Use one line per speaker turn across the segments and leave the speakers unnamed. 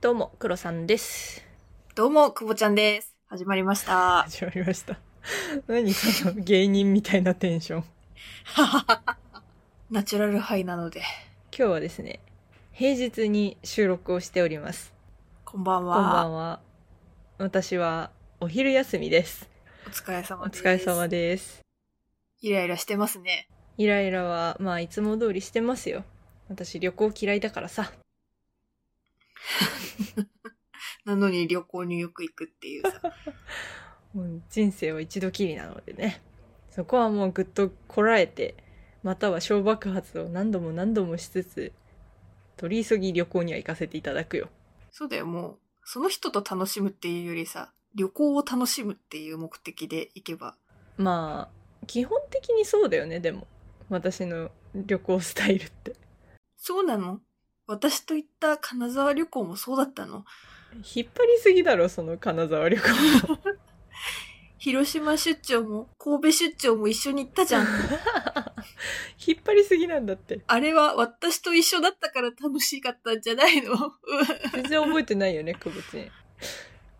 どうも、黒さんです。
どうも、くぼちゃんです。始まりました。
始まりました。 何その芸人みたいなテンション。今
ナチュラルハイなので、
日はですね、平日に収録をしております。
こんばん
こんばん
は。
は。私はお昼休みです。
お疲れ
お
様です。
疲れ様です。
イライラしてますね。
イライラは、まあ、いつも通りしてますよ。私旅行嫌いだからさ。
なのに旅行によく行くっていうさ。
もう人生は一度きりなのでね。そこはもうぐっとこらえて、または小爆発を何度も何度もしつつ、取り急ぎ旅行には行かせていただくよ。
そうだよ、もう、その人と楽しむっていうよりさ、旅行を楽しむっていう目的で行けば。
まあ基本的にそうだよねでも私の旅行スタイルって
そうなの私と行った金沢旅行もそうだったの。
引っ張りすぎだろその金沢旅行
広島出張も神戸出張も一緒に行った じゃん。
引っ張りすぎなんだって
あれは私と一緒だったから楽しかったんじゃないの
全然覚えてないよね久保ちん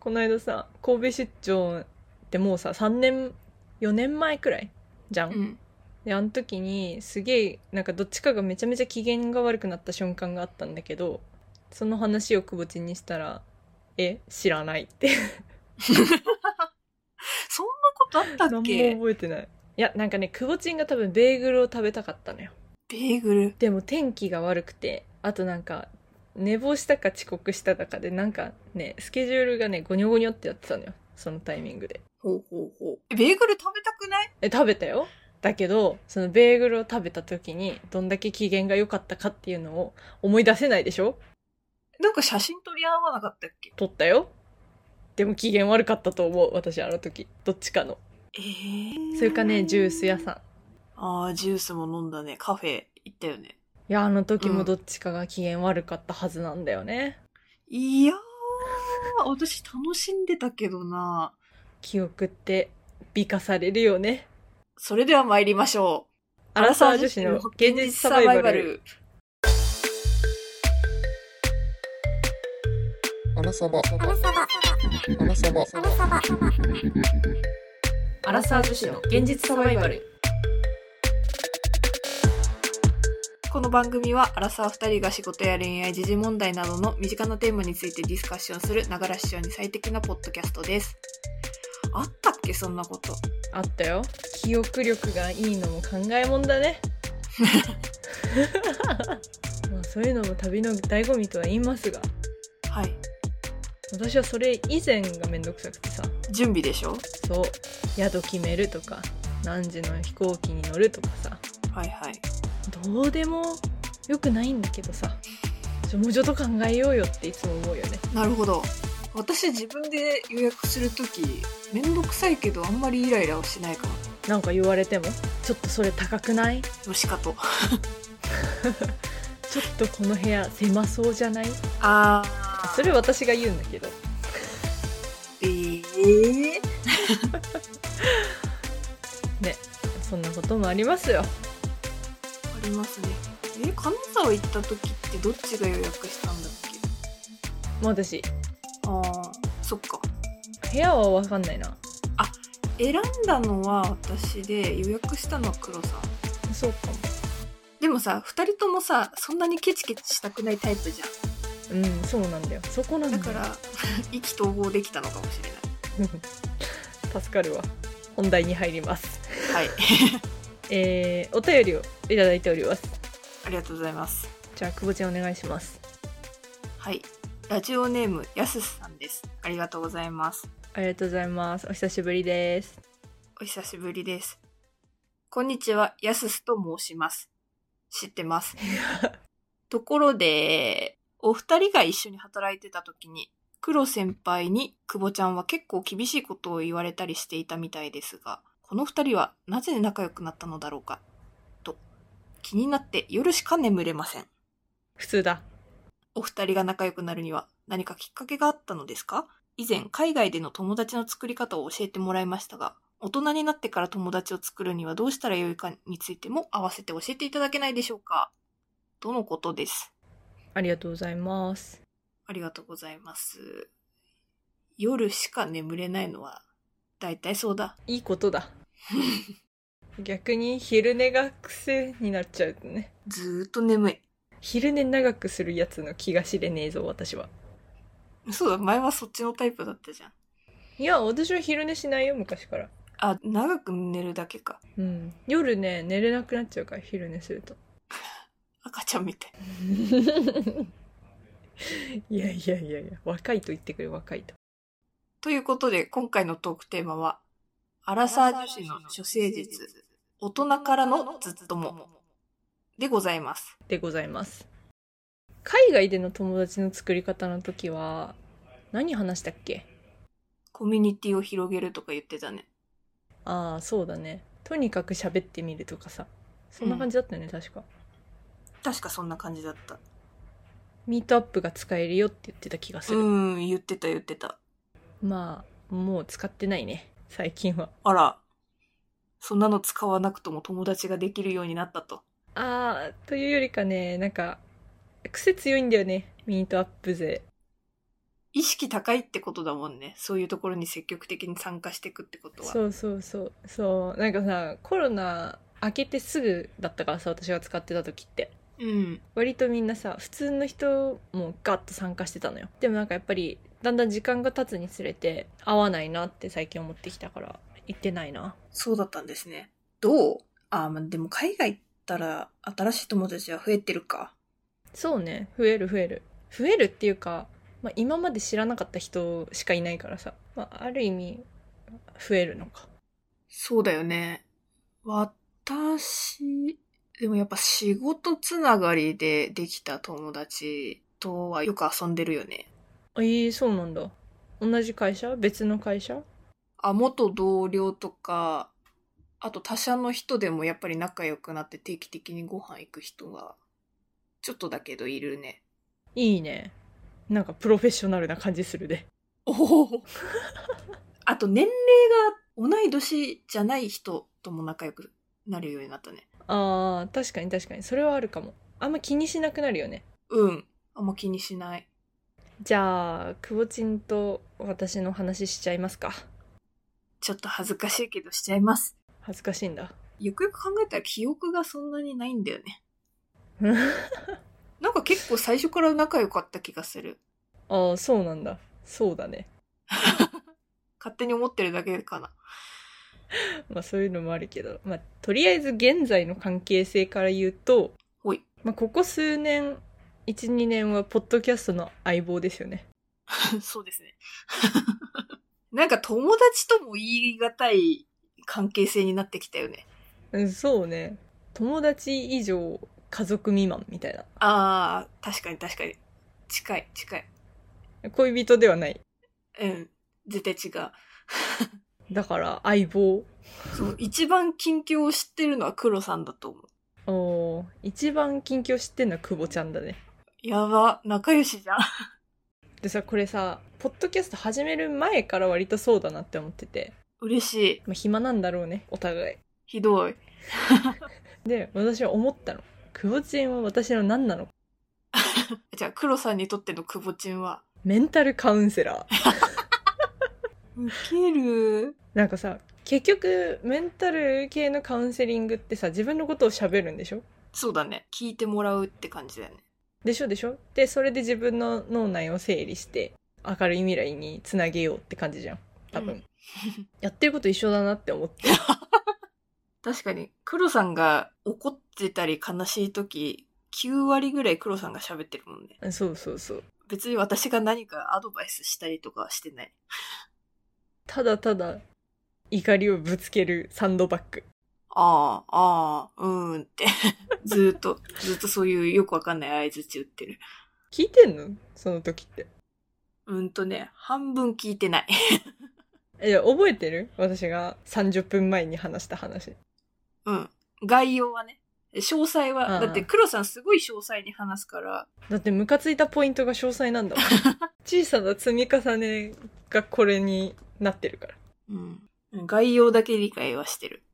この間さ神戸出張ってもうさ3年4年前くらいじゃん、
うん。
であの時にすげえなんかどっちかがめちゃめちゃ機嫌が悪くなった瞬間があったんだけどその話を久保ちんにしたら「え知らない」って
そんなことあった
何
っ
も
け
覚えてないいやなんかね久保ちんが多分ベーグルを食べたかったのよ
ベーグル。
でも天気が悪くてあとなんか寝坊したか遅刻しただかでなんかねスケジュールがねゴニョゴニョってやってたのよそのタイミングで
ほうほうほう。えベーグル食べたくない
え食べたよだけどそのベーグルを食べた時にどんだけ機嫌が良かったかっていうのを思い出せないでしょ
なんか写真撮り合わなかったっけ
撮ったよでも機嫌悪かったと思う私あの時どっちかの
えー
それかねジュース屋さん
ああ、ジュースも飲んだね。カフェ行ったよね。
いやあの時もどっちかが機嫌悪かったはずなんだよね、
いやー、私楽しんでたけどな。
記憶って美化されるよね。
それでは参りましょう。
アラサー女子の現実サバイバル。。
アラサバ。アラサバ。アラサバ。
アラサー女子の現実サバイバル。
この番組は、アラサー二人が仕事や恋愛、時事問題などの身近なテーマについてディスカッションする、ながら視聴に最適なポッドキャストです。あったっけそんなこと。
あったよ。記憶力がいいのも考えもんだ ね。まあそういうのも旅の醍醐味とは言いますが、
はい。
私はそれ以前がめんどくさくてさ、
準備でしょ
そう、宿決めるとか、何時の飛行機に乗るとかさ、
はいはい。
どうでもよくないんだけどさ、ちょもうちょっと考えようよっていつも思うよね。
なるほど私自分で予約するときめんどくさいけどあんまりイライラはしないかも
なんか言われても、ちょっとそれ高くない
のしか
ち
と
ょっとこの部屋狭そうじゃない
あ
それ私が言うんだけど
えー、
ねそんなこともありますよ
ありますねえ金沢行ったときってどっちが予約したんだっけ
もう私
あーそっか
部屋は分かんないな
選んだのは私で予約したのは黒さん
そうかも
でもさ2人ともさそんなにケチケチしたくないタイプじゃ
うんそうなんだよそこなんだ
んだ
よ
から 意気投合できたのかもしれない
ら 助かるわ本題に入ります
はい
えー、お便りをいただいております
ありがとうございます
じゃあ久保ちゃんお願いします
はい。ラジオネーム、やすすさんです。ありがとうございます。
ありがとうございますお久しぶりです
お久しぶりです。こんにちは、やすすと申します。知ってます。ところで、お二人が一緒に働いてた時に、黒先輩に、久保ちゃんは結構厳しいことを言われたりしていたみたいですが、この二人はなぜ仲良くなったのだろうか、と。気になって夜しか眠れません。
普通だ
お二人が仲良くなるには何かきっかけがあったのですか以前、海外での友達の作り方を教えてもらいましたが、大人になってから友達を作るにはどうしたらよいかについても合わせて教えていただけないでしょうかとのことです。
ありがとうございます
あありがとうございます。夜しか眠れないのは、だいたいそうだ。
いいことだ逆に昼寝が癖になっちゃうとね
ずーっと眠い。
昼寝長くするやつの気が知れねえぞ私は
そうだ、前はそっちのタイプだったじゃん。
いや私は昼寝しないよ昔から
あ、長く寝るだけか。
うん夜ね寝れなくなっちゃうから昼寝すると
赤ちゃんみたい。
いやいやいやいや若いと言ってくれ若いと
ということで、今回のトークテーマは、アラサー女子の処世術、大人からのずっとも、でございます。
でございます海外での友達の作り方の時は何話したっけ
コミュニティを広げるとか言ってたね。
ああそうだねとにかく喋ってみるとかさそんな感じだったよね、確か
確かそんな感じだった。
ミートアップが使えるよって言ってた気がす
う
る、
ん、言ってた言ってた。
まあもう使ってないね最近は
あら、そんなの使わなくとも友達ができるようになったと。
ああというよりかねなんか癖強いんだよねミートアップ勢
意識高いってことだもんね。そういうところに積極的に参加していくってことは。
そうそうそうそうなんかさコロナ明けてすぐだったからさ私が使ってた時って
うん。
割とみんなさ普通の人もガッと参加してたのよでもなんかやっぱりだんだん時間が経つにつれて合わないなって最近思ってきたから行ってないな
そうだったんですね。どうあー、まあ、でも海外行ったら新しい友達は増えてるか。
そうね増える増える増えるっていうか、まあ、今まで知らなかった人しかいないからさ、まあ、ある意味増えるのか
そうだよね。私、でもやっぱ仕事つながりでできた友達とはよく遊んでるよね。
ええそうなんだ同じ会社別の会社
あ、元同僚とか、あと他社の人でもやっぱり仲良くなって定期的にご飯行く人が、ちょっとだけどいるね。
いいねなんかプロフェッショナルな感じするで
おお あと年齢が同い年じゃない人とも仲良くなるようになったね。
あー確かに確かにそれはあるかもあんま気にしなくなるよね
うん。あんま気にしない。
じゃあくぼちんと私の話しちゃいますか
ちょっと恥ずかしいけどしちゃいます。
恥ずかしいんだ
よくよく考えたら記憶がそんなにないんだよ ね。なんか結構最初から仲良かった気がする。
ああそうなんだそうだね
勝手に思ってるだけかな。
まあそういうのもあるけど、まあ、とりあえず現在の関係性から言うと、
ほい。
まあ、ここ数年12年はポッドキャストの相棒ですよね
そうですね。 なんか友達とも言い難い関係性になってきたよね。
うんそうね友達以上家族未満みたい
ああ、確かに確かに。近い、近い。
な恋人ではない
うん。絶対違う。
だから相棒
そう、一番近況を知ってるのは黒さんだと思う。
おー一番近況知ってんのは久保ちゃんだね
やば、仲良しじゃん。
でさこれさポッドキャスト始める前から割とそうだなって思ってて、
嬉しい。
まあ、暇なんだろうねお互い
ひどい。
で私は思ったの久保ちんは私の何なの
じゃあ、黒さんにとっての久保ちんは。
メンタルカウンセラー
ウケる。
なんかさ結局メンタル系のカウンセリングってさ自分のことを喋るんでしょ
そうだね。聞いてもらうって感じだよね。
でしょでしょでそれで自分の脳内を整理して明るい未来につなげようって感じじゃん多分、
うん
やってること一緒だなって思って
確かに、黒さんが怒ってたり悲しい時、9割ぐらい黒さんが喋ってるもんね。
うんそうそうそう
別に私が何かアドバイスしたりとかはしてない。
ただただ怒りをぶつけるサンドバッグ
ああ、ああ、うーんって。 ずーっと、ずーっとそういうよくわかんない合図打ってる。
聞いてんのその時って
うんとね、半分聞いてない。
えいや覚えてる私が30分前に話した話
うん。概要はね。詳細は、
うん
だって黒さんすごい詳細に話すから、
だってムカついたポイントが詳細なんだ もん小さな積み重ねがこれになってるから
うん。概要だけ理解はしてる。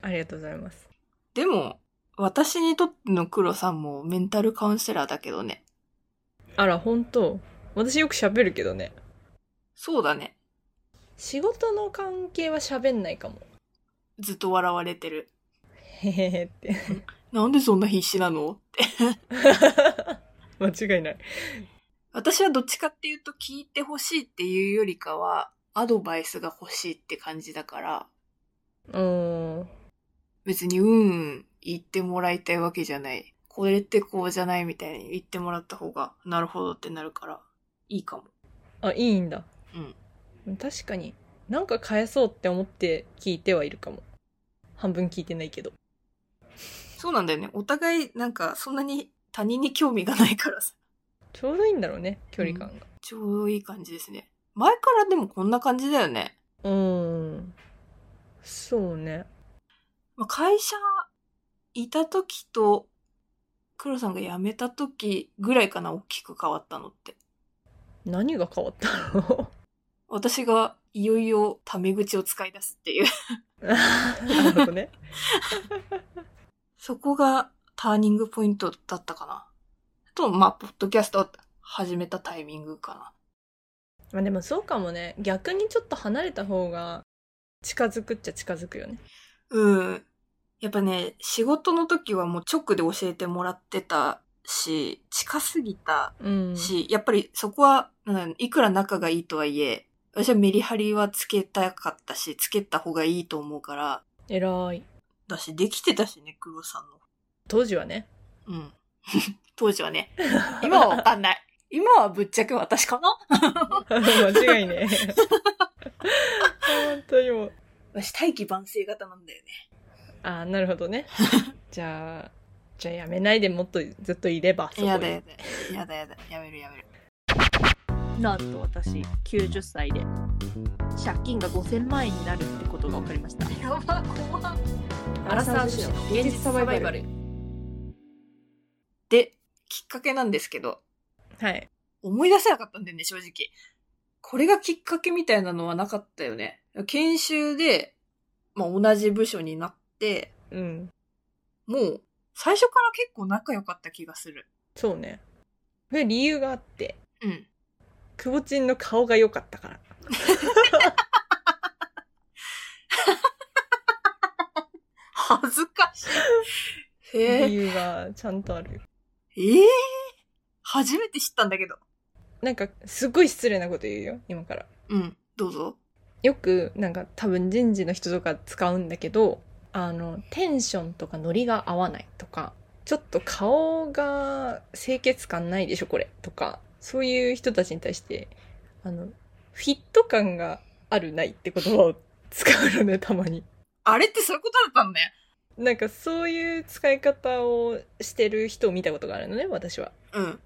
ありがとうございます
でも、私にとっての黒さんもメンタルカウンセラーだけどね。
あら、本当私よく喋るけどね。
そうだね。
仕事の関係は喋んないかも。
ずっと笑われてる。
へへへって。
なんでそんな必死なの
間違いない。
私はどっちかっていうと聞いてほしいっていうよりかは、アドバイスが欲しいって感じだから、
うーん。
別にうん、言ってもらいたいわけじゃない。これってこうじゃないみたいに言ってもらった方が、なるほどってなるから、いいかも。
あ、いいんだ。うん。確かに、なんか返そうって思って聞いてはいるかも。半分聞いてないけど。
そうなんだよね。お互いなんかそんなに他人に興味がないからさ。
ちょうどいいんだろうね、距離感が。
ちょうどいい感じですね。前からでもこんな感じだよね。
うーん。そうね。
まあ、会社いた時と、黒さんが辞めた時ぐらいかな、大きく変わったのって。
何が変わったの
私がいよいよタメ口を使い出すっていう。
なるほどね。
そこがターニングポイントだったかな。と、まあ、ポッドキャストを始めたタイミングかな。
まあでもそうかもね。逆にちょっと離れた方が近づくっちゃ近づくよね。
うん。やっぱね、仕事の時はもう直で教えてもらってたし、近すぎた
うん。
し、やっぱりそこは、うんいくら仲がいいとはいえ、私はメリハリはつけたかったし、つけた方がいいと思うから、
偉い。
だし、できてたしね、黒さんの。
当時 はね。
うん。 当時はね。今はわかんない。今はぶっちゃけ私かな
間違い ね。本当にもう。
私、大器晩成型なんだよね。
ああ、なるほ どね。じゃあ、じゃあやめないでもっとずっといれば、そこに
やだやだ。やだやだ。やめるやめる。
なんと私90歳で借金が5000万円になるってことが分かりました
やば、怖
アラサー女子の現実サバイバル。
で、きっかけなんですけど、
はい。
思い出せなかったんだよね、正直。これがきっかけみたいなのはなかったよね。研修で、まあ、同じ部署になって、
うん。
もう、最初から結構仲良かった気がする。
そうね。これ理由があって、
うん。
くぼちんの顔が良かったから。
恥ずかしい。へ
理
え。
由がちゃんとある。
ええ初めて知ったんだけど。
なんか、すごい失礼なこと言うよ、今から。
うん。どうぞ。
よくなんか多分人事の人とか使うんだけどあのテンションとかノリが合わないとかちょっと顔が清潔感ないでしょこれとかそういう人たちに対してあのフィット感があるないって言葉を使うのねたまに。
あれってそういうことだったんね。
なんかそういう使い方をしてる人を見たことがあるのね私は。
うん。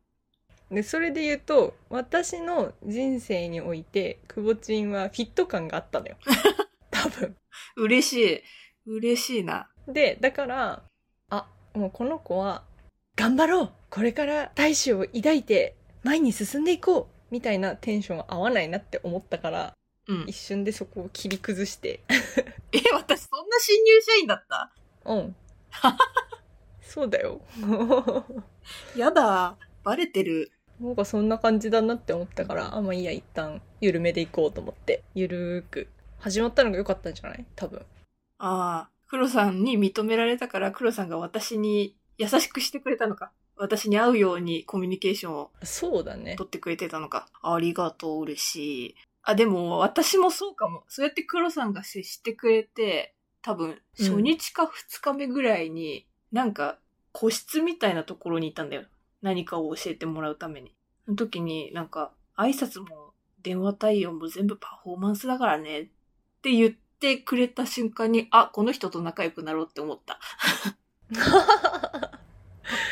でそれで言うと私の人生においてくぼちんはフィット感があったのよ多分。
嬉しい。嬉しいな。
でだからあもうこの子は頑張ろうこれから大志を抱いて前に進んでいこうみたいなテンションは合わないなって思ったから
うん
一。瞬でそこを切り崩して
え、私そんな新入社員だった
うんそうだよ
やだ。バレてる。
なんかそんな感じだなって思ったからあまあいいや一旦緩めでいこうと思ってゆるーく始まったのが良かったんじゃない多分
ああ。黒さんに認められたから、黒さんが私に優しくしてくれたのか。私に会うようにコミュニケーションを
そうだね
取ってくれてたのか。ありがとう、嬉しい。あ、でも私もそうかも。そうやって黒さんが接してくれて、多
う
分、
ん
初日か二日目ぐらいに、なんか、個室みたいなところにいたんだよ。何かを教えてもらうために。その時になんか、挨拶も電話対応も全部パフォーマンスだからねって言ってくれた瞬間に、あ、この人と仲良くなろうって思った。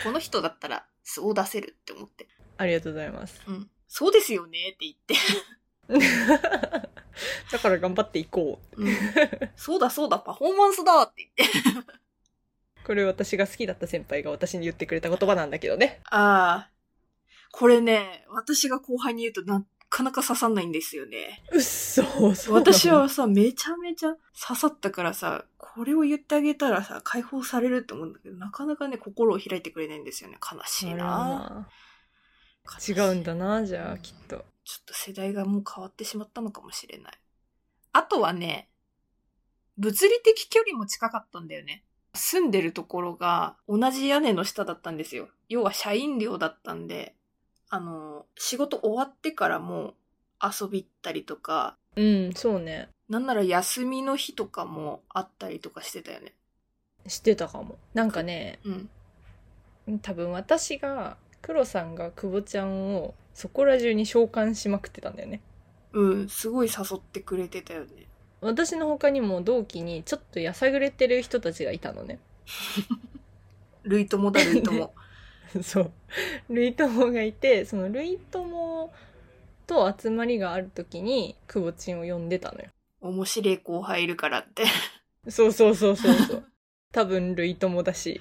この人だったら素を出せるって思って。
ありがとうございます
うん。そうですよねって言って。
だから頑張っていこう
うんそうだそうだ、パフォーマンスだって言って。
これ私が好きだった先輩が私に言ってくれた言葉なんだけどね。
ああ。これね、私が後輩に言うとなかなか刺さんないんですよね。
うっそそうなの
私はさ、めちゃめちゃ刺さったからさ、これを言ってあげたらさ、解放されると思うんだけど、なかなかね、心を開いてくれないんですよね。悲しい
あら
な。
まあ違うんだなじゃあきっと
ちょっと世代がもう変わってしまったのかもしれない。あとはね、物理的距離も近かったんだよね。住んでるところが同じ屋根の下だったんですよ。要は社員寮だったんで、あの、仕事終わってからも遊び行ったりとか、
うんそうね
なんなら休みの日とかもあったりとかしてたよね。
知ってたかもなんかね
うん。
多分私が黒さんが久保ちゃんをそこら中に召喚しまくってたんだよね
うん、すごい誘ってくれてたよね。
私の他にも同期にちょっとやさぐれてる人たちがいたのね
類友だ、類友。
そうルイ友がいてそのルイ友と集まりがある時に久保ちんを呼んでたのよ
面白い後輩いるからって。
そうそうそうそうそう多分ルイ友だし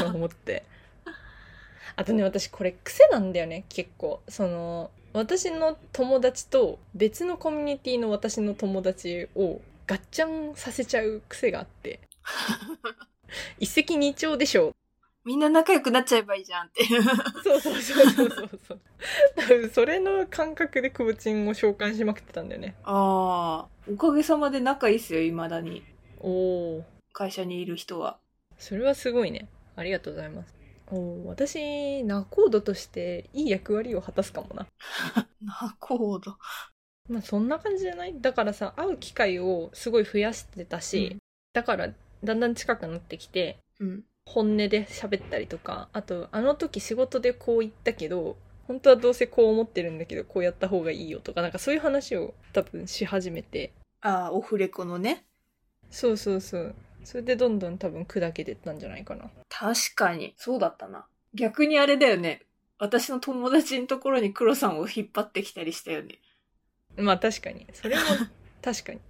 と思ってあとね私これ癖なんだよね結構その私の友達と別のコミュニティの私の友達をガッチャンさせちゃう癖があって一石二鳥でしょ
みんな仲良くなっちゃえばいいじゃんって。
そうそうそうそうそうそう。多分それの感覚でクボチンを召喚しまくってたんだよね。
ああ、おかげさまで仲いいっすよ、未だに。
おお、
会社にいる人は。
それはすごいね。ありがとうございます。おお、私ナコードとしていい役割を果たすかもな。
なコード。
まあそんな感じじゃない。だからさ、会う機会をすごい増やしてたし、
うん
だからだんだん近くなってきて。
うん。
本音で喋ったりとかあとあの時仕事でこう言ったけど本当はどうせこう思ってるんだけどこうやった方がいいよとかなんかそういう話を多分し始めて
ああ、オフレコのね。
そうそうそうそれでどんどん多分砕けてったんじゃないかな
確かに。そうだったな。逆にあれだよね。私の友達のところに黒さんを引っ張ってきたりしたよね。
まあ確かにそれも確かに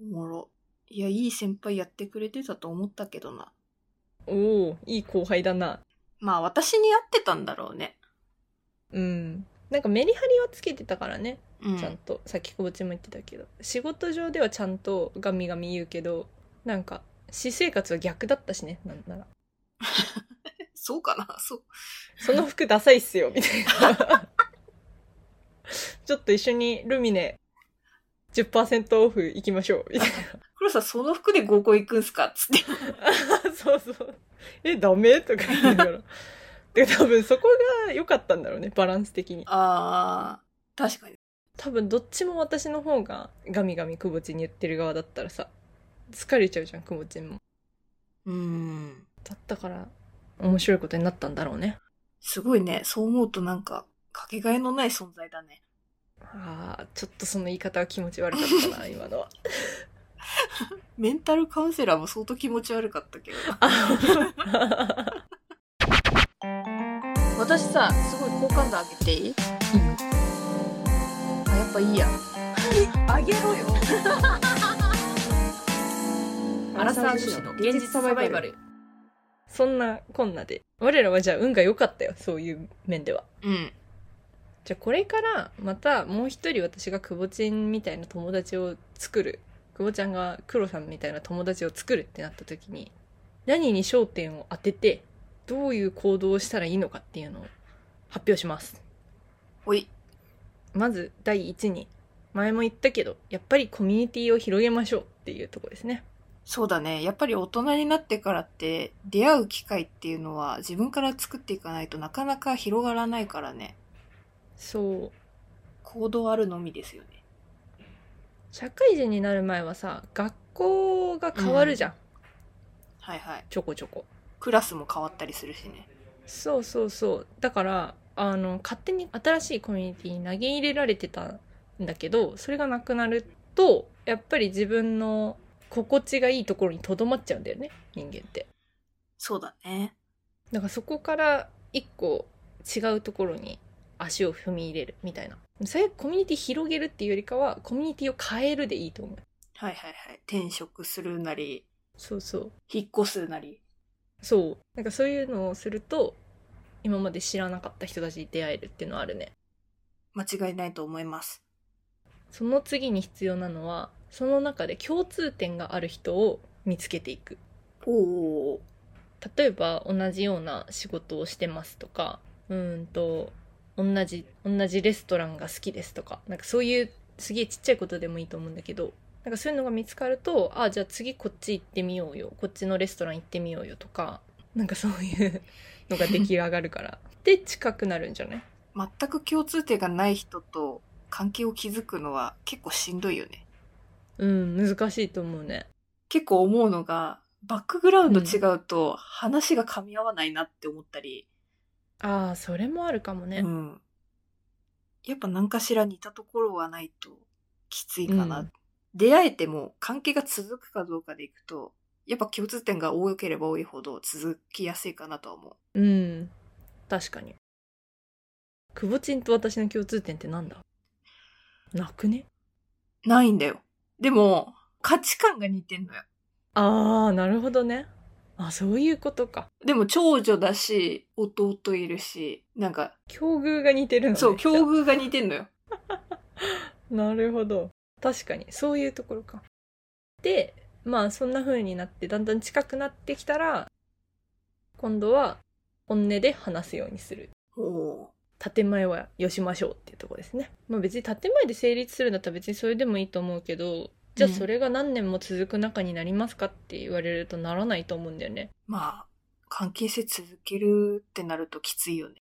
おもろ。いや、いい先輩やってくれてたと思ったけどな。
おおいい後輩だな
まあ、私に合ってたんだろうね。
うんなんかメリハリはつけてたからね、
う
ちゃん
ん。
とさっきこぼちも言ってたけど仕事上ではちゃんとガミガミ言うけどなんか私生活は逆だったしねなんなら
そうかなそう。
その服ダサいっすよ、みたいな。ちょっと一緒にルミネ10%オフ行きましょう、みたい
黒さん、その服で合コン行くんすかつって。
な。 そうそう。え、ダメとか言いな がら。で多分そこが良かったんだろうね、バランス的に。
ああ、確かに。
多分どっちも私の方がガミガミくぼちに言ってる側だったらさ、疲れちゃうじゃん、くぼちんも。
うん。
だったから、面白いことになったんだろうね。
すごいね。そう思うとなんか、かけがえのない存在だね。
ああ、ちょっとその言い方は気持ち悪かった な、今のは。
メンタルカウンセラーも相当気持ち悪かったけど。 私さ、すごい好感度上げていいあ、やっぱいいや。
あげろ よ
アラサー女子の現実サバイバル。
そんなこんなで。我らはじゃあ運が良かったよ、そういう面では。
うん。
じゃあこれからまたもう一人私が久保ちんみたいな友達を作る。久保ちゃんが黒さんみたいな友達を作るってなった時に、何に焦点を当てて、どういう行動をしたらいいのかっていうのを発表します。
ほい。
まず第一に、前も言ったけど、やっぱりコミュニティを広げましょうっていうところですね。
そうだね。やっぱり大人になってからって、出会う機会っていうのは自分から作っていかないとなかなか広がらないからね。
そう。
行動あるのみですよね。
社会人になる前はさ、学校が変わるじゃん、
はいはい。
ちょこちょこ。
クラスも変わったりするしね。
そうそうそうだからあの勝手に新しいコミュニティに投げ入れられてたんだけどそれがなくなるとやっぱり自分の心地がいいところにとどまっちゃうんだよね人間って
そうだね。
だからそこから一個違うところに足を踏み入れるみたいな最悪コミュニティ広げるっていうよりかはコミュニティを変えるでいいと思う
はいはいはい。転職するなり、
そうそう
引っ越すなり。
そうなんかそういうのをすると今まで知らなかった人たちに出会えるっていうのはあるね
間違いないと思います。
その次に必要なのはその中で共通点がある人を見つけていく
おうおうおう
例えば同じような仕事をしてますとかうーんと同じ同じレストランが好きですとかなんかそういうすげえちっちゃいことでもいいと思うんだけどなんかそういうのが見つかるとあじゃあ次こっち行ってみようよこっちのレストラン行ってみようよとかなんかそういうのが出来上がるからで近くなるんじゃない
全く共通点がない人と関係を築くのは結構しんどいよね。
うん難しいと思うね
結構思うのが、バックグラウンド違うと話が噛み合わないなって思ったり、
ああそれもあるかもね、
うん。やっぱ何かしら似たところがないときついかな。
うん
出会えても関係が続くかどうかでいくと、やっぱ共通点が多ければ多いほど続きやすいかなとは思う。
うん確かにくぼちんと私の共通点ってなんだなくね
ないんだよ。でも、価値観が似てんのよ。
ああなるほどねあそういうことか
でも長女だし、弟いるし、なんか、
境遇が似てるのね
そう、
じゃあ
境遇が似てんのよ。
なるほど確かにそういうところかでまあそんな風になってだんだん近くなってきたら今度は本音で話すようにする
おー
建前はよしましょうっていうところですね、まあ、別に建前で成立するんだったら別にそれでもいいと思うけどじゃあ
うん
それが何年も続く中になりますかって言われるとならないと思うんだよね
まあ、関係性続けるってなるときついよ ね。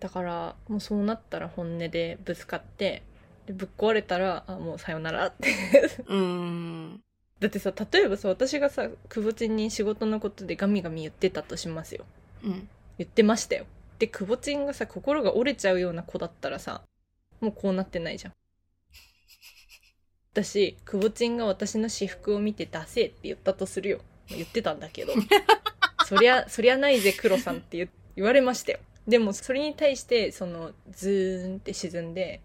だからもうそうなったら本音でぶつかってでぶっ壊れたらあもうさよならって
うーん。
だってさ例えばさ私がさ久保ちんに仕事のことでガミガミ言ってたとしますよ
うん。
言ってましたよで久保ちんがさ心が折れちゃうような子だったらさもうこうなってないじゃんだし久保ちんが私の私服を見て「ダセー」って言ったとするよまあ言ってたんだけどそりゃそりゃないぜ黒さんって言言われましたよでもそれに対してそのズーンって沈んで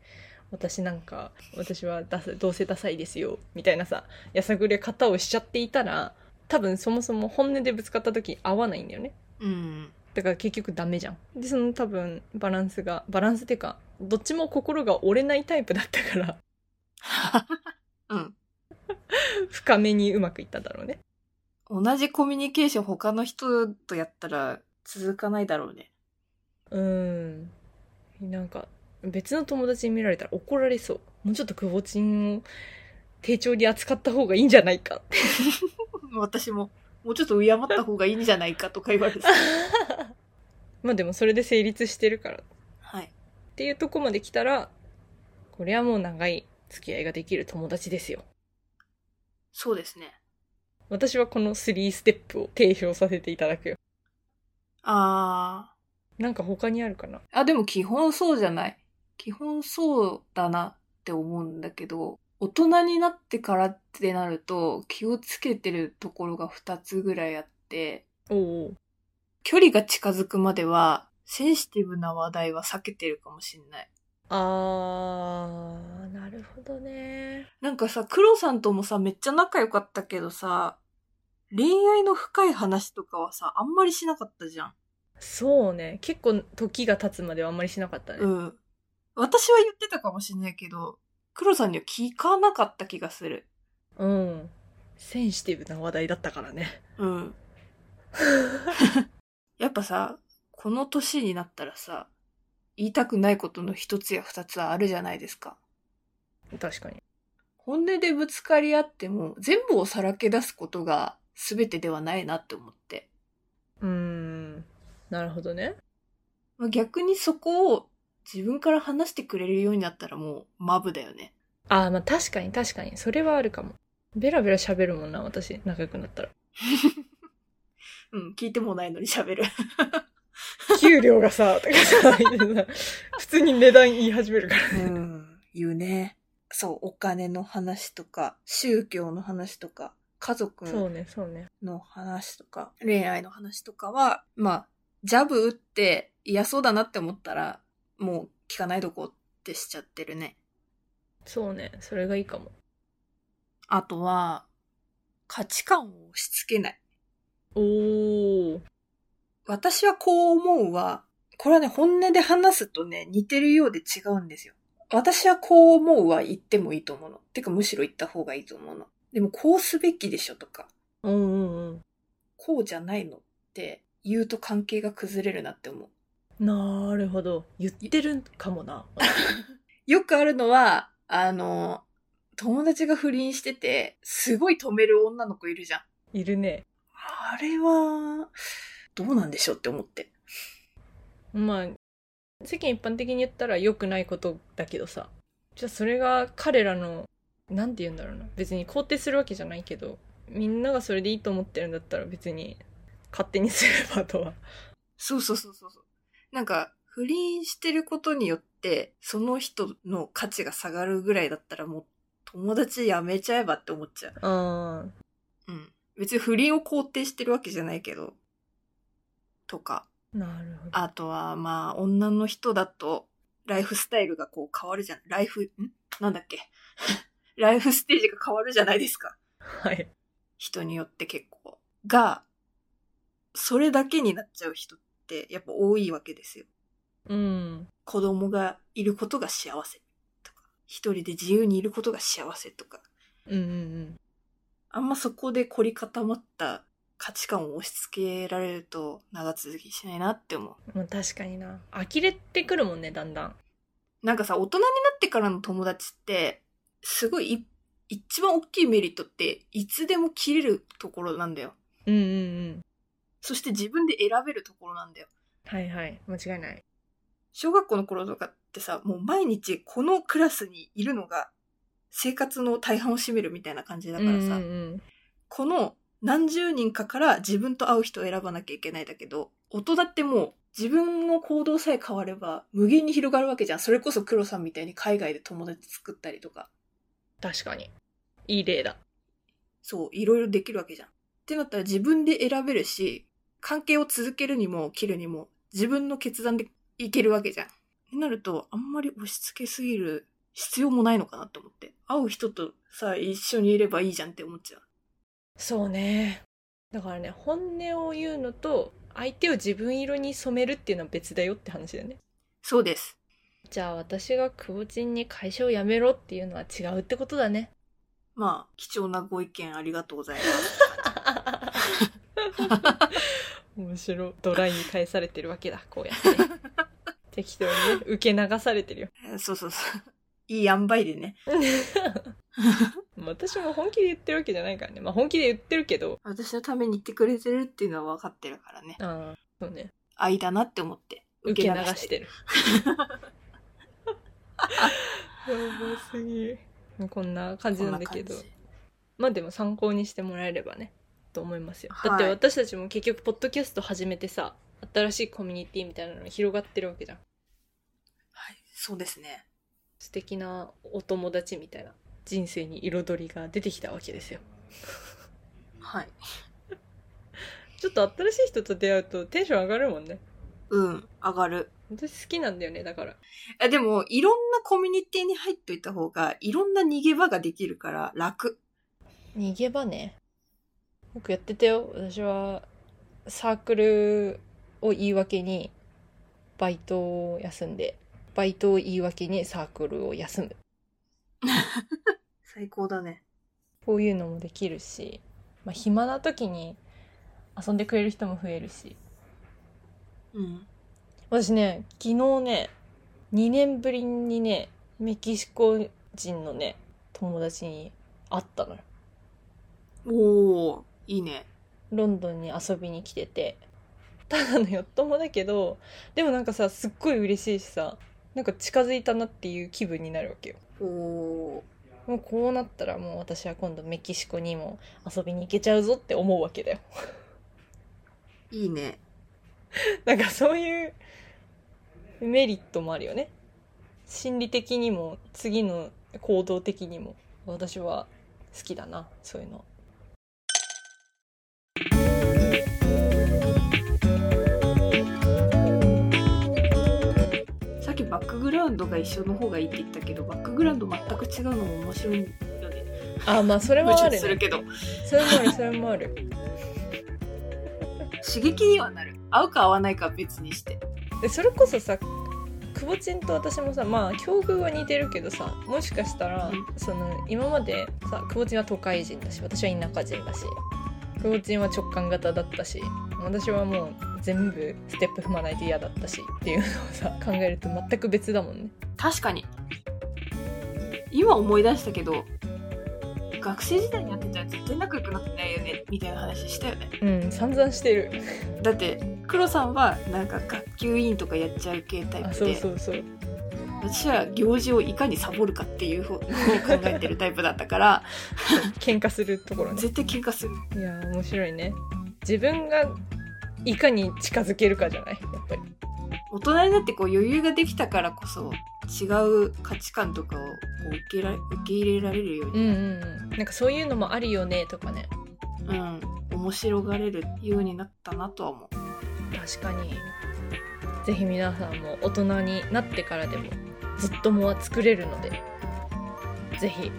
私なんか私はダサどうせダサいですよみたいなさやさぐれ方をしちゃっていたら多分そもそも本音でぶつかった時合わないんだよね
うん。
だから結局ダメじゃんでその多分バランスがバランスっていうかどっちも心が折れないタイプだったから
うん。
深めにうまくいったんだろうね
同じコミュニケーション他の人とやったら続かないだろうね。
うーんなんか別の友達に見られたら怒られそうもうちょっとくぼちんを丁重に扱った方がいいんじゃないかって
私も、もうちょっと敬った方がいいんじゃないかとか言 われてた。
まあでもそれで成立してるからっ
はい。
ていうとこまで来たらこれはもう長い付き合いができる友達ですよ
そうですね。
私はこの3ステップを提唱させていただくよ
あ
なんか他にあるかな
ー。あ、でも基本そうじゃない。基本そうだなって思うんだけど、大人になってからってなると気をつけてるところが2つぐらいあって、
おお
距離が近づくまではセンシティブな話題は避けてるかもしんない。
あーなるほどね
なんかさ、黒さんともさ、めっちゃ仲良かったけどさ、恋愛の深い話とかはさ、あんまりしなかったじゃん。
そうね結構時が経つまではあんまりしなかったね、
うん。私は言ってたかもしれないけど、黒さんには聞かなかった気がする。
うん、センシティブな話題だったからね
うん。やっぱさ、この年になったらさ、言いたくないことの一つや二つはあるじゃないですか。
確かに
本音でぶつかり合っても、全部をさらけ出すことが全てではないなって思って。
うーんなるほどね
まあ逆にそこを自分から話してくれるようになったらもうマブだよね。
あーまあ確かに確かにそれはあるかもベラベラ喋るもんな私仲良くなったら
うん、聞いてもないのに喋る。
給料がさとかさ 言ってさ普通に値段言い始めるから
うん、言うね。そう、お金の話とか、宗教の話とか、家
そう
族
ねそうね
の話とか、恋愛の話とかは、まあ、ジャブ打って嫌そうだなって思ったら、もう聞かないどこうってしちゃってるね。
そうねそれがいいかも
あとは、価値観を押し付けない。
おお
私はこう思うは、これはね、本音で話すとね、似てるようで違うんですよ。私はこう思うは言ってもいいと思うの。てかむしろ言った方がいいと思うの。でもこうすべきでしょとか、
うんうんうん
こうじゃないのって言うと関係が崩れるなって思う。
なるほど言ってるんかも な
よくあるのは、あの、友達が不倫してて、すごい止める女の子いるじゃん。
いるね
あれは、どうなんでしょうって思って。
まあ世間一般的に言ったら良くないことだけどさじゃあそれが彼らのなんて言うんだろうな別に肯定するわけじゃないけどみんながそれでいいと思ってるんだったら別に勝手にすればとは
そうそうそうそうそう。なんか、不倫してることによって、その人の価値が下がるぐらいだったらもう、友達やめちゃえばって思っちゃう。
あー
うん。別に不倫を肯定してるわけじゃないけど。とか。
なるほど
あとは、まあ、女の人だと、ライフスタイルがこう変わるじゃん。ライフ、んなんだっけ ライフステージが変わるじゃないですか。
はい
人によって結構。が、それだけになっちゃう人って、やっぱ多いわけですよ。
うん
子供がいることが幸せとか、一人で自由にいることが幸せとか、
うんうんうん
あんまそこで凝り固まった価値観を押し付けられると長続きしないなって思う。
まあ確かにな呆れてくるもんねだんだん
なんかさ、大人になってからの友達って、すごいい一番大きいメリットって、いつでも切れるところなんだよ。
うんうんうん
そして自分で選べるところなんだよ。
はいはい間違いない
小学校の頃とかってさ、もう毎日このクラスにいるのが生活の大半を占めるみたいな感じだ
だ
からさ、
うんうん
この何十人かから自分と会う人を選ばなきゃいけないだけど、大人ってもう自分の行動さえ変われば無限に広がるわけじゃん。それこそ黒さんみたいに海外で友達作ったりとか、
確かにいい例だ
そう、いろいろできるわけじゃん。ってなったら自分で選べるし、関係を続けるにも切るにも自分の決断でいけるわけじゃん。ってなると、あんまり押し付けすぎる必要もないのかなと思って。会う人とさ、一緒にいればいいじゃんって思っちゃう。
そうねだからね本音を言うのと相手を自分色に染めるっていうのは別だよって話だよね
そうです。
じゃあ私が久保ちんに会社を辞めろっていうのは違うってことだね
まあ、貴重なご意見ありがとうございます。
面白いドライに返されてるわけだこうやって適当にね受け流されてるよ
えーそうそうそう。いい塩梅でね。
私も本気で言ってるわけじゃないからねまあ本気で言ってるけど
私のために言ってくれてるっていうのは分かってるからね。
ああそうね
愛だなって思って。
受け流して
る。
るやばすぎこんな感じ
こん
な
なん
だけど
感じ。
まあでも参考にしてもらえればねと思いますよ、
はい
だって私たちも結局ポッドキャスト始めてさ新しいコミュニティみたいなのが広がってるわけじゃん
はい。そうですね。
素敵なお友達みたいな人生に彩りが出てきたわけですよ
はい。
ちょっと新しい人と出会うとテンション上がるもんね
うん。上がる。
私好きなんだよねだから
えでも、いろんなコミュニティに入っといた方が、いろんな逃げ場ができるから楽。
逃げ場ねよくやってたよ私はサークルを言い訳にバイトを休んでバイトを言い訳にサークルを休む
最高だね。
こういうのもできるし、まあ、暇な時に遊んでくれる人も増えるし
うん。
私ね昨日ね2年ぶりにねメキシコ人のね友達に会ったのよ
おー、いいね。
ロンドンに遊びに来ててただのよっともだけどでもなんかさすっごい嬉しいしさなんか近づいたなっていう気分になるわけよ
おー。
もうこうなったらもう私は今度メキシコにも遊びに行けちゃうぞって思うわけだよ
いいね。
なんかそういうメリットもあるよね心理的にも次の行動的にも私は好きだなそういうの
さっきバックグラウンドが一緒の方がいいって言ったけど、バックグラウンド全く違うのも面白いよね。
あまあそれもあ
矛
る
盾する
ね
けど
それもあるそれもある
刺激にはなる合うか合わないかは別にして
でそれこそさくぼちんと私もさまあ境遇は似てるけどさもしかしたら
うん
その今までさくぼちんは都会人だし私は田舎人だしくぼちんは直感型だったし私はもう全部ステップ踏まないと嫌だったしっていうのをさ考えると全く別だもんね
確かに今思い出したけど学生時代にやってたやつ絶対仲良くなってないよねみたいな話したよね
うん散々してる
だって黒さんはなんか学級委員とかやっちゃう系タイプ
あ
で
そうそうそう
私は行事をいかにサボるかっていう方を考えてるタイプだったから
喧嘩するとこ ろね
絶対喧嘩する
いやー面白いね自分がいかに近づけるかじゃないやっぱり
大人になってこう余裕ができたからこそ違う価値観とかをこう受けられ受け入れられるよ
う
う
ん
に、
うんうんなんかそういうのもあるよねとかね
うん、面白がれるようになったなとは思う
確かにぜひ皆さんも大人になってからでもずっともは作れるのでぜひ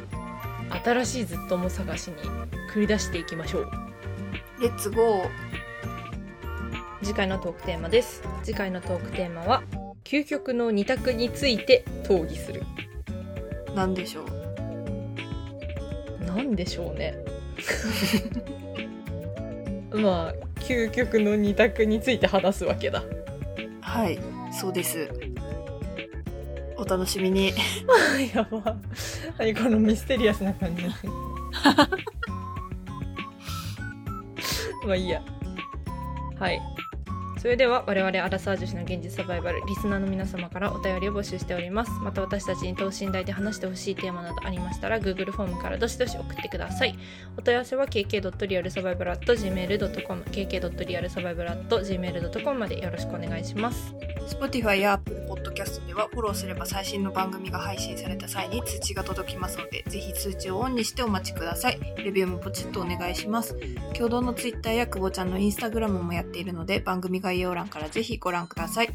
新しいずっとも探しに繰り出していきましょう
レッツゴー
次回のトークテーマです次回のトークテーマは究極の二択について討議する
なんでしょう
なんでしょうね まあ究極の二択について話すわけだ
はいそうですお楽しみに
やば何このミステリアスな感じまあいいやはいそれでは我々アラサー女子の現実サバイバルリスナーの皆様からお便りを募集しておりますまた私たちに等身大で話してほしいテーマなどありましたら Google フォームからどしどし送ってくださいお問い合わせは kk.realsurvival.gmail.com kk.realsurvival.gmail.com までよろしくお願いします
Spotify や Apple Podcast ではフォローすれば最新の番組が配信された際に通知が届きますのでぜひ通知をオンにしてお待ちくださいレビューもポチッとお願いします共同の Twitter や久保ちゃんの Instagram もやっているので番組概要欄からぜひご覧ください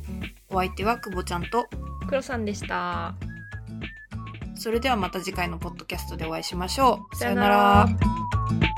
お相手は久保ちゃんと
黒さんでした
それではまた次回のポッドキャストでお会いしましょう
さ
さ
よ
よ
な
な
ら
ら